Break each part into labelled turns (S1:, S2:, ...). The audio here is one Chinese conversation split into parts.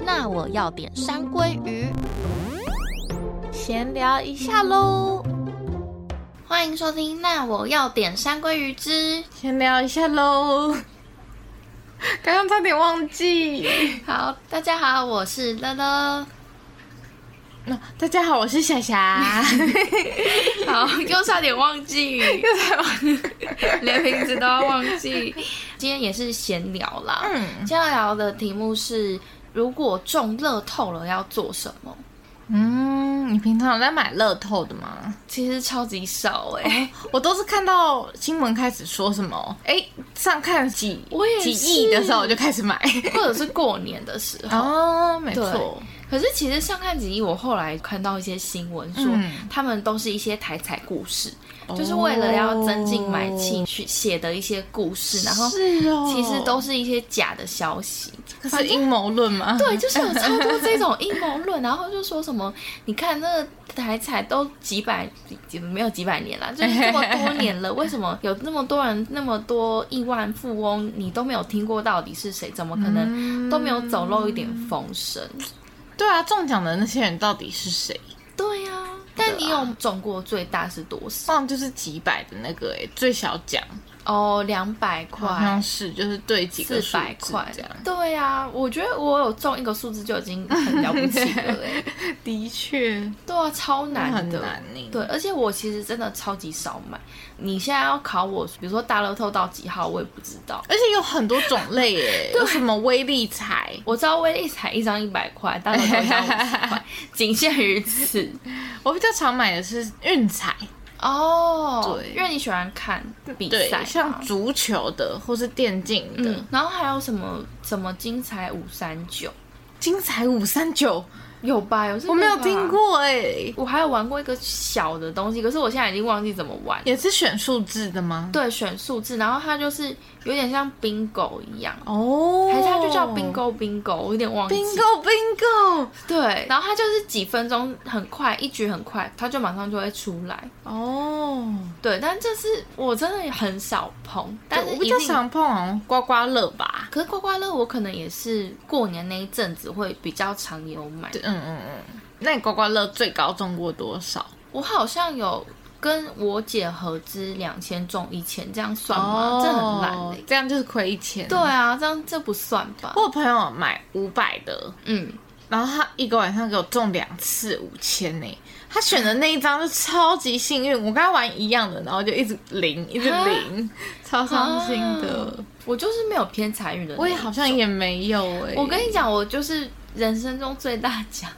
S1: 那我要点山鲑鱼。
S2: 闲聊一下喽，
S1: 欢迎收听《那我要点山鲑鱼之
S2: 闲聊一下喽。刚刚差点忘记。》。
S1: 好，大家好，我是乐乐。
S2: 那大家好，我是 霞霞。
S1: 好，又差点忘 记，连名字都要忘记。今天也是闲聊啦，
S2: 嗯
S1: 今天要聊的题目是：如果中乐透了要做什么？
S2: 嗯，你平常有在买乐透的吗？
S1: 其实超级少哎、
S2: 我都是看到新闻开始说什么，哎，上看几
S1: 我也
S2: 几
S1: 是
S2: 亿的时候我就开始买。
S1: 或者是过年的时候。
S2: 哦，没
S1: 对
S2: 错，
S1: 可是其实上看几亿，我后来看到一些新闻说，
S2: 嗯哦
S1: 他们都是一些台彩故事，就是为了要增进买气去写的一些故事，然后
S2: 是哦，
S1: 其实都是一些假的消息。
S2: 可是阴谋论吗？
S1: 对，就是有超多这种阴谋论，然后就说什么，你看那个台彩都几百，几没有几百年 啦，就是这么多年了，为什么有那么多人那么多亿万富翁，你都没有听过到底是谁？怎么可
S2: 嗯
S1: 能都没有走漏一点风声？
S2: 对啊，中奖的那些人到底是谁？
S1: 对呀、但
S2: 啊
S1: 你有中过最大是多少？
S2: 放就是几百的那个、哎，最小奖
S1: 哦，两百
S2: 好像
S1: 块。
S2: 是就是对几个
S1: 哎四
S2: 数
S1: 百
S2: 字
S1: 块
S2: 这样。，
S1: 对呀、我觉得我有中一个数字就已经很了不起了 哎、
S2: 的确
S1: 对啊，超难
S2: 很
S1: 的，
S2: 难呢。
S1: 对，，而且我其实真的超级少买。你现在要考我，比如说大乐透到几号，我也不知道。
S2: 而且有很多种类 耶，有什么威力彩，
S1: 我知道威力彩一张一百块，大乐透一张五十 块，仅限于此。
S2: 我比较常买的是运彩，
S1: 哦，
S2: 对
S1: 因为你喜欢看比
S2: 对
S1: 赛，嘛，
S2: 像足球的或是电竞的，
S1: 啊嗯，然后还有什么什么精彩五三九，
S2: 精彩五三九，
S1: 有吧？有这个
S2: 我没有
S1: 吧
S2: 听。过哎、
S1: 我还有玩过一个小的东西，可是我现在已经忘记怎么玩。
S2: 也是选数字的吗？
S1: 对，选数字，然后它就是有点像 bingo 一样，
S2: 哦，
S1: 还是它就叫 bingo bingo，我有点忘记。
S2: bingo bingo，
S1: 对，然后它就是几分钟很快，一局很快，它就马上就会出来。
S2: 哦，
S1: 对，但这是我真的很少碰，但
S2: 但
S1: 是
S2: 我
S1: 一
S2: 比较
S1: 定。
S2: 常碰好像刮刮乐吧，
S1: 可是刮刮乐，我可能也是过年那一阵子会比较常有买。
S2: 嗯嗯嗯，那你刮刮乐最高中过多少？
S1: 我好像有跟我姐合资两千中一千，这样算吗？哦这很烂嘞、
S2: 这样就是亏一千。
S1: 对啊，这样这不算吧
S2: 我？有朋友买五百的，
S1: 嗯，
S2: 然后他一个晚上给我中两次五千呢。他选的那一张就超级幸运，我跟他玩一样的，然后就一直零，一直零，超伤心的。
S1: 我就是没有偏财运的。
S2: 我也好像，也没有哎、
S1: 我跟你讲，我就是人生中最大奖。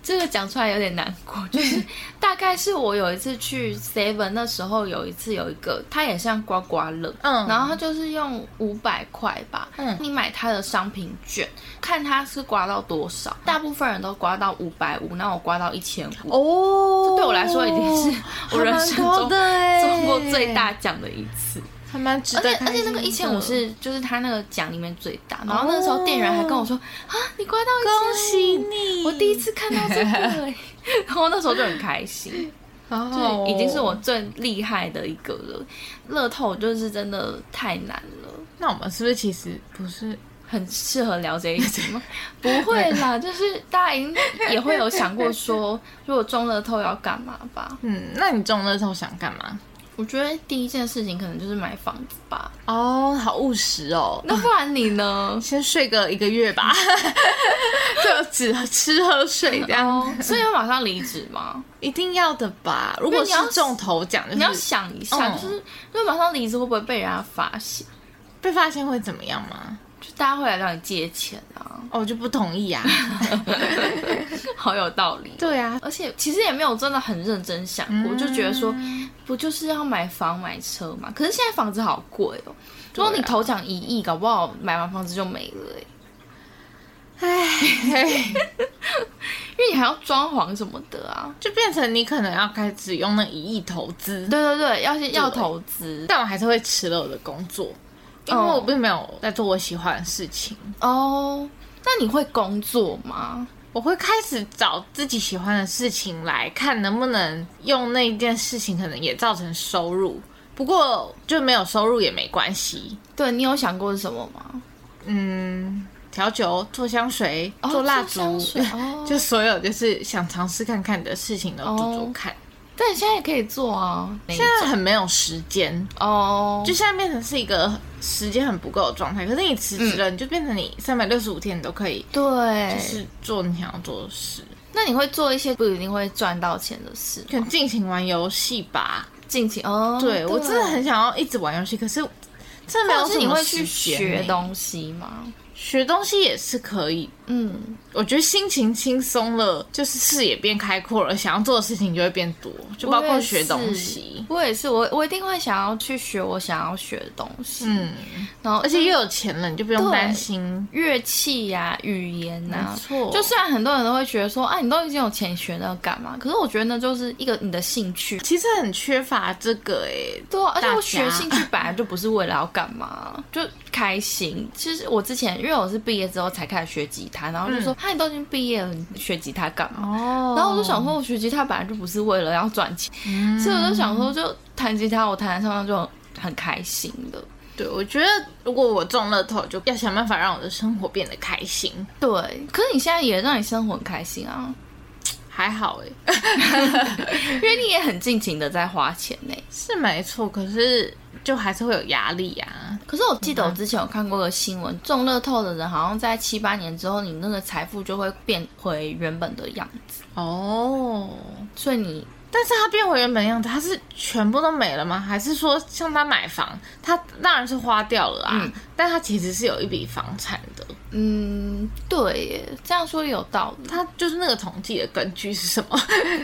S1: 这个讲出来有点难 过，就是大概是我有一次去 Seven 那时候，有一次有一个，它也像刮刮乐，
S2: 嗯
S1: 然后它就是用五百块吧，
S2: 嗯
S1: 你买它的商品券，看它是刮到多少，大部分人都刮到五百五，那我刮到一千五，
S2: 哦，
S1: 对我来说已经是我人生
S2: 还蛮高
S1: 中
S2: 的欸
S1: 中过最大奖的一次。
S2: 还蛮值
S1: 而
S2: 得
S1: 且而且那个
S2: 开
S1: 一
S2: 心
S1: 千
S2: 的
S1: 五是就是他那个奖里面最大，然后那时候店员还跟我说、啊，你刮到
S2: 哦恭
S1: 一千，
S2: 喜你，
S1: 我第一次看到这 个、欸，然后那时候就很开心，
S2: 好
S1: 就
S2: 好哦
S1: 是已经是我最厉害的一个了。乐透就是真的太难了。
S2: 那我们是不是其实不是？
S1: 很适合聊这一集吗？ 不会啦，就是大家应也会有想过 说，如果中乐透要干嘛吧？
S2: 嗯，那你中乐透想干嘛？
S1: 我觉得第一件事情可能就是买房子吧。
S2: 哦，好务实哦。？
S1: 那不然你呢
S2: 先睡个一个月吧，就只吃喝睡这样，
S1: 哦，所以要马上离职吗？
S2: 一定要的吧。如果是中头奖，
S1: 你要
S2: 就是
S1: 想一下，
S2: 嗯
S1: 就是如果马上离职会不会被人家发现？
S2: 被发现会怎么样吗？
S1: 就大家会来找你借钱啊，
S2: 哦，我就不同意啊。
S1: 好有道理。
S2: 对啊，
S1: 而且其实也没有真的很认真想过，
S2: 嗯
S1: 就觉得说不就是要买房买车嘛？可是现在房子好贵哦、如果你头奖一亿，搞不好买完房子就没了、欸，
S2: 唉，
S1: 因为你还要装潢什么的啊。
S2: 就变成你可能要开始用那一亿投资，
S1: 对对对，要先要投资
S2: 但我还是会辞了我的工作，因为
S1: 哦
S2: 我并没有在做我喜欢的事情。
S1: 哦。那你会工作吗？
S2: 我会开始找自己喜欢的事情来看，能不能用那件事情，可能也造成收入。不过就没有收入也没关系，
S1: 对你有想过是什么吗？
S2: 嗯，调酒、做香水、
S1: 哦
S2: 做蜡烛，
S1: 做香水哦
S2: 就所有就是想尝试看看的事情都做做看。
S1: 但你现在也可以做啊。
S2: 现在很没有时间，
S1: 哦，
S2: 就现在变成是一个时间很不够的状态。可是你辞职
S1: 嗯
S2: 了，你就变成你三百六十五天你都可以，
S1: 对，
S2: 就是做你想要做的事。
S1: 那你会做一些不一定会赚到钱的事，
S2: 可能尽情玩游戏吧。
S1: 尽情哦。
S2: 对我真的很想要一直玩游戏，可是真的
S1: 或
S2: 没有
S1: 者是
S2: 什
S1: 你
S2: 么
S1: 会
S2: 时
S1: 去
S2: 间
S1: 学
S2: 欸
S1: 东西吗？
S2: 学东西也是可以。
S1: 嗯，
S2: 我觉得心情轻松了，就是视野变开阔了，想要做的事情就会变多，就包括学东西。
S1: 我也是，我也是我我一定会想要去学我想要学的东西，
S2: 嗯，
S1: 然后
S2: 而且又有钱了，你就不用
S1: 对
S2: 担心。
S1: 乐器呀、语言呐、啊
S2: 没错
S1: 就虽然很多人都会觉得说，啊，你都已经有钱学那干嘛？可是我觉得那就是一个你的兴趣。
S2: 其实很缺乏这个欸诶、
S1: 对啊、而且
S2: 大
S1: 我
S2: 家
S1: 学兴趣本来就不是为了要干嘛，就开心。其实我之前因为我是毕业之后才开始学吉他，然后就说，啊，你都已经毕业了，你学吉他干嘛？
S2: 哦嗯
S1: 然后我就想，说，我学吉他本来就不是为了要赚钱，所以我就想说，就弹吉他，我弹得上就很很开心的。
S2: 对，我觉得如果我中乐透，就要想办法让我的生活变得开心。
S1: 对，可是你现在也让你生活很开心啊，
S2: 还好欸诶、
S1: 因为你也很尽情的在花钱呢、
S2: 是没错，可是就还是会有压力啊。
S1: 可是我记得我之前有看过个新闻，中乐透的人好像在七八年之后，你那个财富就会变回原本的样子，
S2: 哦，
S1: 所以你
S2: 但是他变回原本样子，他是全部都没了吗？还是说像他买房，他当然是花掉了啊，
S1: 嗯
S2: 但他其实是有一笔房产的，
S1: 嗯，对耶，这样说也有道理。
S2: 他就是那个统计的根据是什么？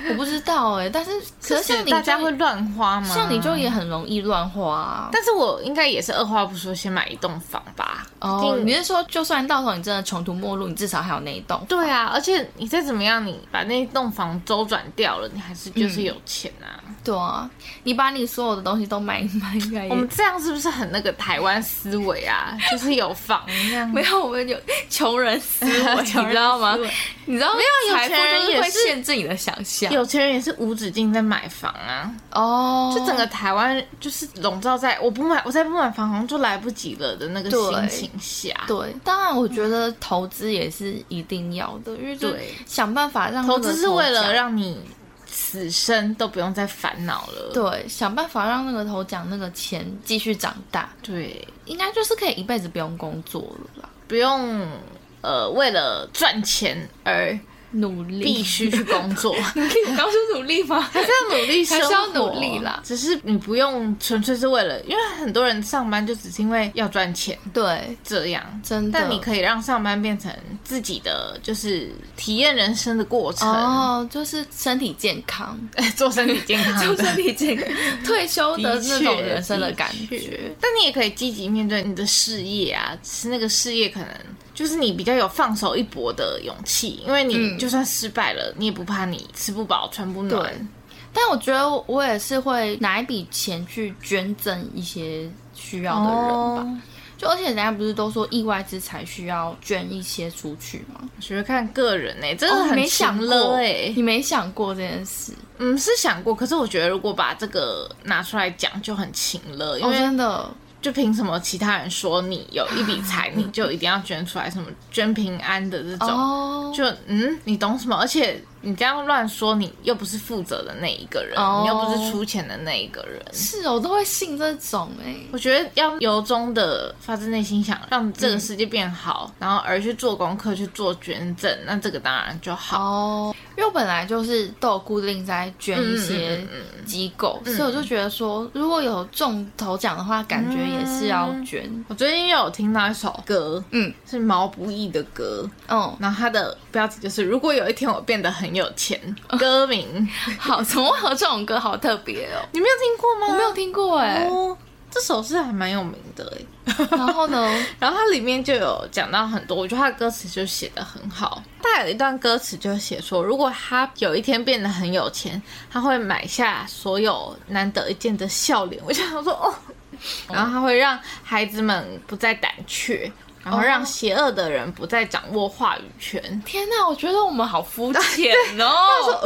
S1: 我不知道哎，但是 可是像你就
S2: 大家会乱花吗？
S1: 像你就也很容易乱花、啊。
S2: 但是我应该也是二话不说先买一栋房吧。
S1: 哦，
S2: 一
S1: 你
S2: 定
S1: 是说，就算到时候你真的穷途末路，你至少还有那一栋？
S2: 对啊，而且你再怎么样，你把那栋房周转掉了，你还是就是有钱啊。
S1: 对啊，你把你所有的东西都买一买，应该
S2: 我们
S1: 也
S2: 这样是不是很那个台湾思维啊？就是有房这样。
S1: 没啊有，我们有穷人思维，你
S2: 穷人
S1: 知道吗
S2: 思维？
S1: 你知道没
S2: 有
S1: 财富
S2: 有钱人
S1: 就是
S2: 也
S1: 会
S2: 是
S1: 限制你的想象。
S2: 有钱人也是无止境在买房啊，
S1: 哦，
S2: 就整个台湾就是笼罩在我不买，我再不买房好像就来不及了的那个
S1: 对
S2: 心情下。
S1: 对，当然我觉得投资也是一定要的，因为就
S2: 对
S1: 想办法让
S2: 投
S1: 那个
S2: 资是为
S1: 头
S2: 了
S1: 奖
S2: 让你此生都不用再烦恼了。
S1: 对想办法让那个头奖那个钱继续长大，
S2: 对，
S1: 应该就是可以一辈子不用工作了吧？
S2: 不用呃为了赚钱而
S1: 努力
S2: 必须去工作， 还
S1: 努力，我刚说努力 吗？
S2: 是要努力生活，
S1: 还是要努力啦
S2: 只是你不用纯粹是为了，因为很多人上班就只是因为要赚钱
S1: 对，
S2: 这样。
S1: 真的。
S2: 但你可以让上班变成自己的，就是体验人生的过程，
S1: 哦，就是身体健康，
S2: 做身体健康
S1: 就
S2: 的。
S1: 身体健康，退休的
S2: 嗯的
S1: 那
S2: 确
S1: 种人生的感
S2: 的
S1: 觉
S2: 确。但你也可以积极面对你的事业啊，只是那个事业可能就是你比较有放手一搏的勇气，因为你
S1: 嗯
S2: 就算失败了，你也不怕你吃不饱穿不暖
S1: 对。但我觉得我也是会拿一笔钱去捐赠一些需要的人吧。
S2: 哦
S1: 就而且人家不是都说意外之财需要捐一些出去吗？
S2: 我觉得看个人呢、真
S1: 哦你
S2: 的哦很
S1: 没想
S2: 情
S1: 过
S2: 勒欸
S1: 你没想过这件事，
S2: 嗯，是想过，可是我觉得如果把这个拿出来讲就很情勒，因
S1: 哦，
S2: 为
S1: 真的，
S2: 就凭什么其他人说你有一笔 财，你就一定要捐出来，什么捐平安的这种。
S1: 哦，
S2: 就嗯，你懂什么？而且你这样乱说，你又不是负责的那一个人
S1: 哦
S2: 你又不是出钱的那一个人。
S1: 是哦我都会信这种哎、
S2: 我觉得要由衷的发自内心想让这个世界变好，然后而去做功课去做捐赠，那这个当然就好。
S1: 哦，因为我本来就是都有固定在捐一些机构，所以我就觉得说，如果有中头奖的话，感觉也是要捐。
S2: 我最近又有听到一首歌，
S1: 嗯
S2: 是毛不易的歌，
S1: 嗯，
S2: 然后它的标题就是“如果有一天我变得很有钱”，歌 名
S1: 嗯好，怎么会有这种歌？好特别哦，
S2: 你没有听过吗？
S1: 我 没有听过哎。
S2: 哦，这首是还蛮有名的哎。
S1: 然后呢？
S2: 然后它里面就有讲到很多，我觉得它的歌词就写得很好。它有一段歌词就写说，如果他有一天变得很有钱，他会买下所有难得一见的笑脸。我就想说，哦，然后他会让孩子们不再胆怯，然后让邪恶的人不再掌握话语权。
S1: 天哪，我觉得我们好肤浅 哦！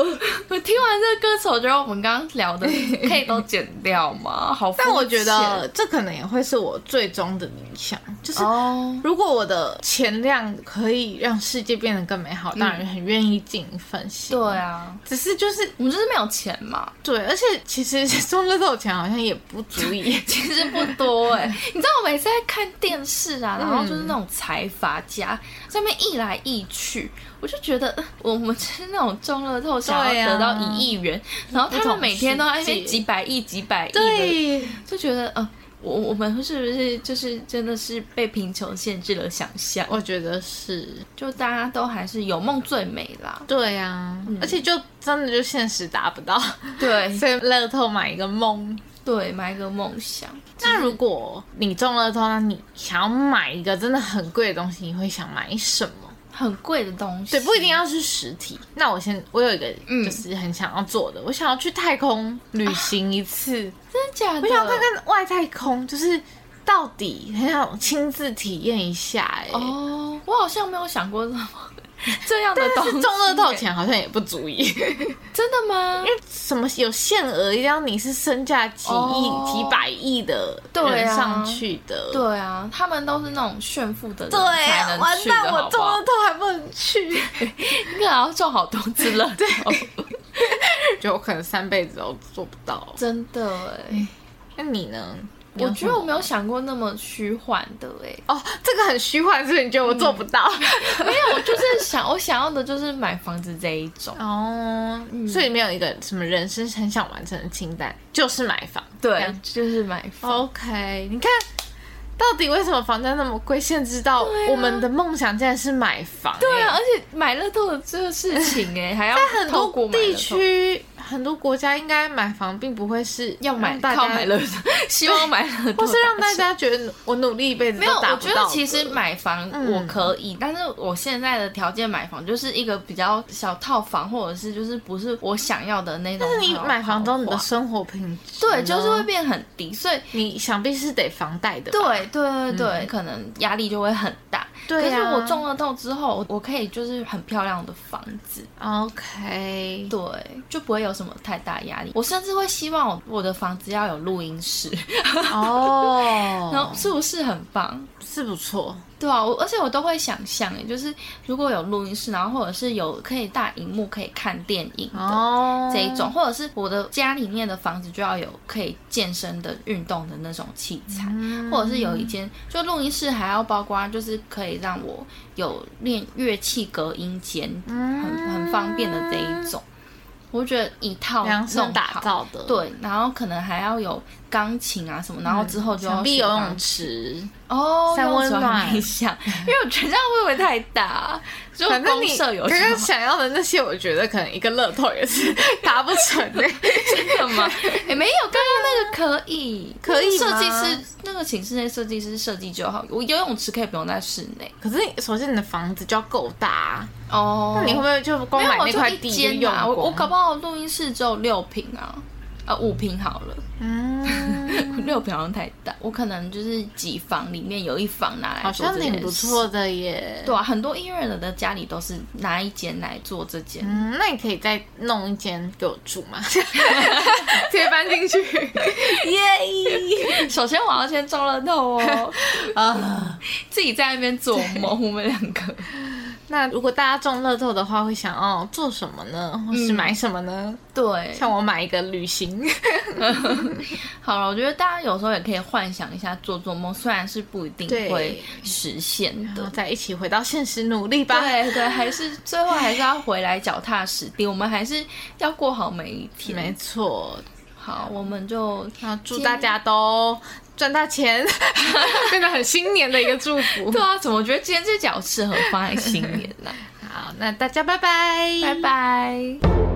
S1: 我听完这个歌词，我觉得我们刚刚 聊的可以都剪掉吗？好肤浅，
S2: 但我觉得这可能也会是我最终的理想，就是
S1: 哦，
S2: 如果我的钱量可以让世界变得更美好，当然很愿意尽一份心。
S1: 嗯对，啊，
S2: 只是就是
S1: 我们就是没有钱嘛，
S2: 对，而且其实 中乐透钱好像也不 足以
S1: 其实不多
S2: 欸
S1: 哎、 你知道我每次在看电视
S2: 嗯
S1: 啊，然后就是那种财阀家上面一来一去，我就觉得呃我们是那种中乐透想
S2: 对
S1: 要
S2: 啊
S1: 得到一亿元，然后他们每天都在那
S2: 不同世
S1: 边
S2: 界
S1: 几百亿、几百亿 的，
S2: 对，
S1: 就觉得呃，我我们是不是就是真的是被贫穷限制了想象？
S2: 我觉得是
S1: 就大家都还是有梦最美啦，
S2: 对啊，
S1: 嗯
S2: 而且就真的就现实达不到，
S1: 对
S2: 所以乐透买一个
S1: 嗯
S2: 梦。
S1: 对，买一个梦想。
S2: 那如果你中乐透，那你想要买一个真的很贵的东西，你会想买什么？
S1: 很贵的东西，
S2: 对，不一定要是实体。那我先，我有一个
S1: 嗯啊
S2: 就是很想要做的，我想要去太空旅行一次，
S1: 真的假的？
S2: 我想要看看外太空，就是到底很想亲自体验一下、哎、
S1: 哦，我好像没有想过这么这样的
S2: 但
S1: 东
S2: 是
S1: 西。
S2: 中乐透，钱好像也不足以，
S1: 真的吗？
S2: 什么有限额，一定要你是身价几亿、
S1: 哦
S2: 几百亿的
S1: 对
S2: 人
S1: 啊
S2: 上去的。
S1: 对啊，他们都是那种炫富的人
S2: 对啊
S1: 才能
S2: 完
S1: 去的，
S2: 蛋！我
S1: 好不
S2: 中
S1: 好
S2: 乐透还不能去，
S1: 你可能要中好多次了。 对，
S2: 就我可能三辈子都做不到。
S1: 真的哎，
S2: 那你呢？你有
S1: 我觉
S2: 什
S1: 得
S2: 么
S1: 我没有想过那么虚幻的哎。
S2: 哦，这个很虚幻，所以你觉得我做不到？
S1: 没有，我就是想，我想要的就是买房子这一 种。
S2: 哦，所以没有一个什么人生很想完成的清单，就是买房。这
S1: 对哦
S2: 样，
S1: 就是买房。
S2: ，OK，你看。到底为什么房价那么贵？限制到
S1: 对啊
S2: 我们的梦想竟然是买房、
S1: 对啊，
S2: 哎，
S1: 而且买乐透的这个事情哎，还要
S2: 在很
S1: 透过
S2: 多
S1: 买
S2: 地
S1: 乐透
S2: 区、很多国家，应该买房并不会是
S1: 要买
S2: 让大家
S1: 靠买乐，透， 希望买乐透
S2: 或是让
S1: 达
S2: 大
S1: 成
S2: 家觉得我努力一辈子
S1: 没有，
S2: 都达
S1: 我
S2: 不
S1: 觉
S2: 到
S1: 得
S2: 的
S1: 其实买房
S2: 嗯
S1: 我可以，但是我现在的条件买房就是一个比较小套房，或者是就是不是我想要的那种豪
S2: 但
S1: 华。
S2: 是你买房之后，你的生活品质
S1: 对，就是会
S2: 呢
S1: 变很低，所以
S2: 你想必是得房贷的吧，
S1: 对对对对，
S2: 嗯
S1: 可能压力就会很大。
S2: 对啊
S1: 可是我中了透之后，我我可以就是很漂亮的房子，
S2: OK，
S1: 对，就不会有什么太大压力。我甚至会希望我我的房子要有录音室，
S2: 哦，
S1: 然后是不是很棒？
S2: 是不错，
S1: 对啊，我而且我都会想象，哎，就是如果有录音室，然后或者是有可以大荧幕可以看电影的、
S2: 哦，
S1: 这一种，或者是我的家里面的房子就要有可以健身的运动的那种器材，
S2: 嗯
S1: 或者是有一间就录音室还要包括就是可以让我有练乐器隔音间，
S2: 嗯
S1: 很很方便的这一种。我觉得一套
S2: 量身
S1: 弄
S2: 打
S1: 好，
S2: 造的，，
S1: 对，然后可能还要有钢琴啊什么，然后之后就要
S2: 墙
S1: 学
S2: 壁嗯游
S1: 钢
S2: 泳池，
S1: 哦，
S2: 三温暖 一
S1: 想，因为我觉得这样会不会太 大？就
S2: 反正
S1: 公
S2: 你
S1: 社有
S2: 刚刚想要的那些，我觉得可能一个乐透也是达不成 的。
S1: 什 么？也哎没有，刚刚那个可 以，
S2: 可以
S1: 设计
S2: 吗
S1: 师那个寝室内设计师设计就好，我游泳池可以不用在室内
S2: 可是你首先你的房子就要够大啊，
S1: 哦。
S2: 那你会不会就光
S1: 没有
S2: 买
S1: 我
S2: 那
S1: 就
S2: 块
S1: 一
S2: 地
S1: 间
S2: 用
S1: 啊？我我搞
S2: 光？
S1: 不好录音室只有六平啊，呃五平好了，
S2: 嗯，
S1: 六平好像太大，我可能就是几房里面有一房拿来
S2: 好
S1: 做
S2: 像
S1: 这
S2: 挺
S1: 件
S2: 不
S1: 事
S2: 错的耶。
S1: 对啊，很多音乐人的家里都是拿一间来做这件
S2: 嗯，那你可以再弄一间给我住 吗？直接搬进去， 耶！
S1: 首先我要先中了透哦，
S2: 啊，
S1: 自己在那边做梦，我们两个。
S2: 那如果大家中乐透的话，会想要做什么呢？或是买什么呢？
S1: 对，
S2: 像我买一个旅 行，
S1: 好了，我觉得大家有时候也可以幻想一下做做梦，虽然是不一定
S2: 对
S1: 会实现
S2: 然后
S1: 的。
S2: 再一起回到现实努力吧。
S1: 对对，还是最后还是要回来脚踏实地，我们还是要过好每一
S2: 没
S1: 天。
S2: 错，
S1: 好，我们就
S2: 那祝大家都赚大钱， 变得很新年的一个祝 福
S1: 对。啊，怎么觉得今 天这脚适合放在新年呢、
S2: 好，那大家拜拜，
S1: 拜拜。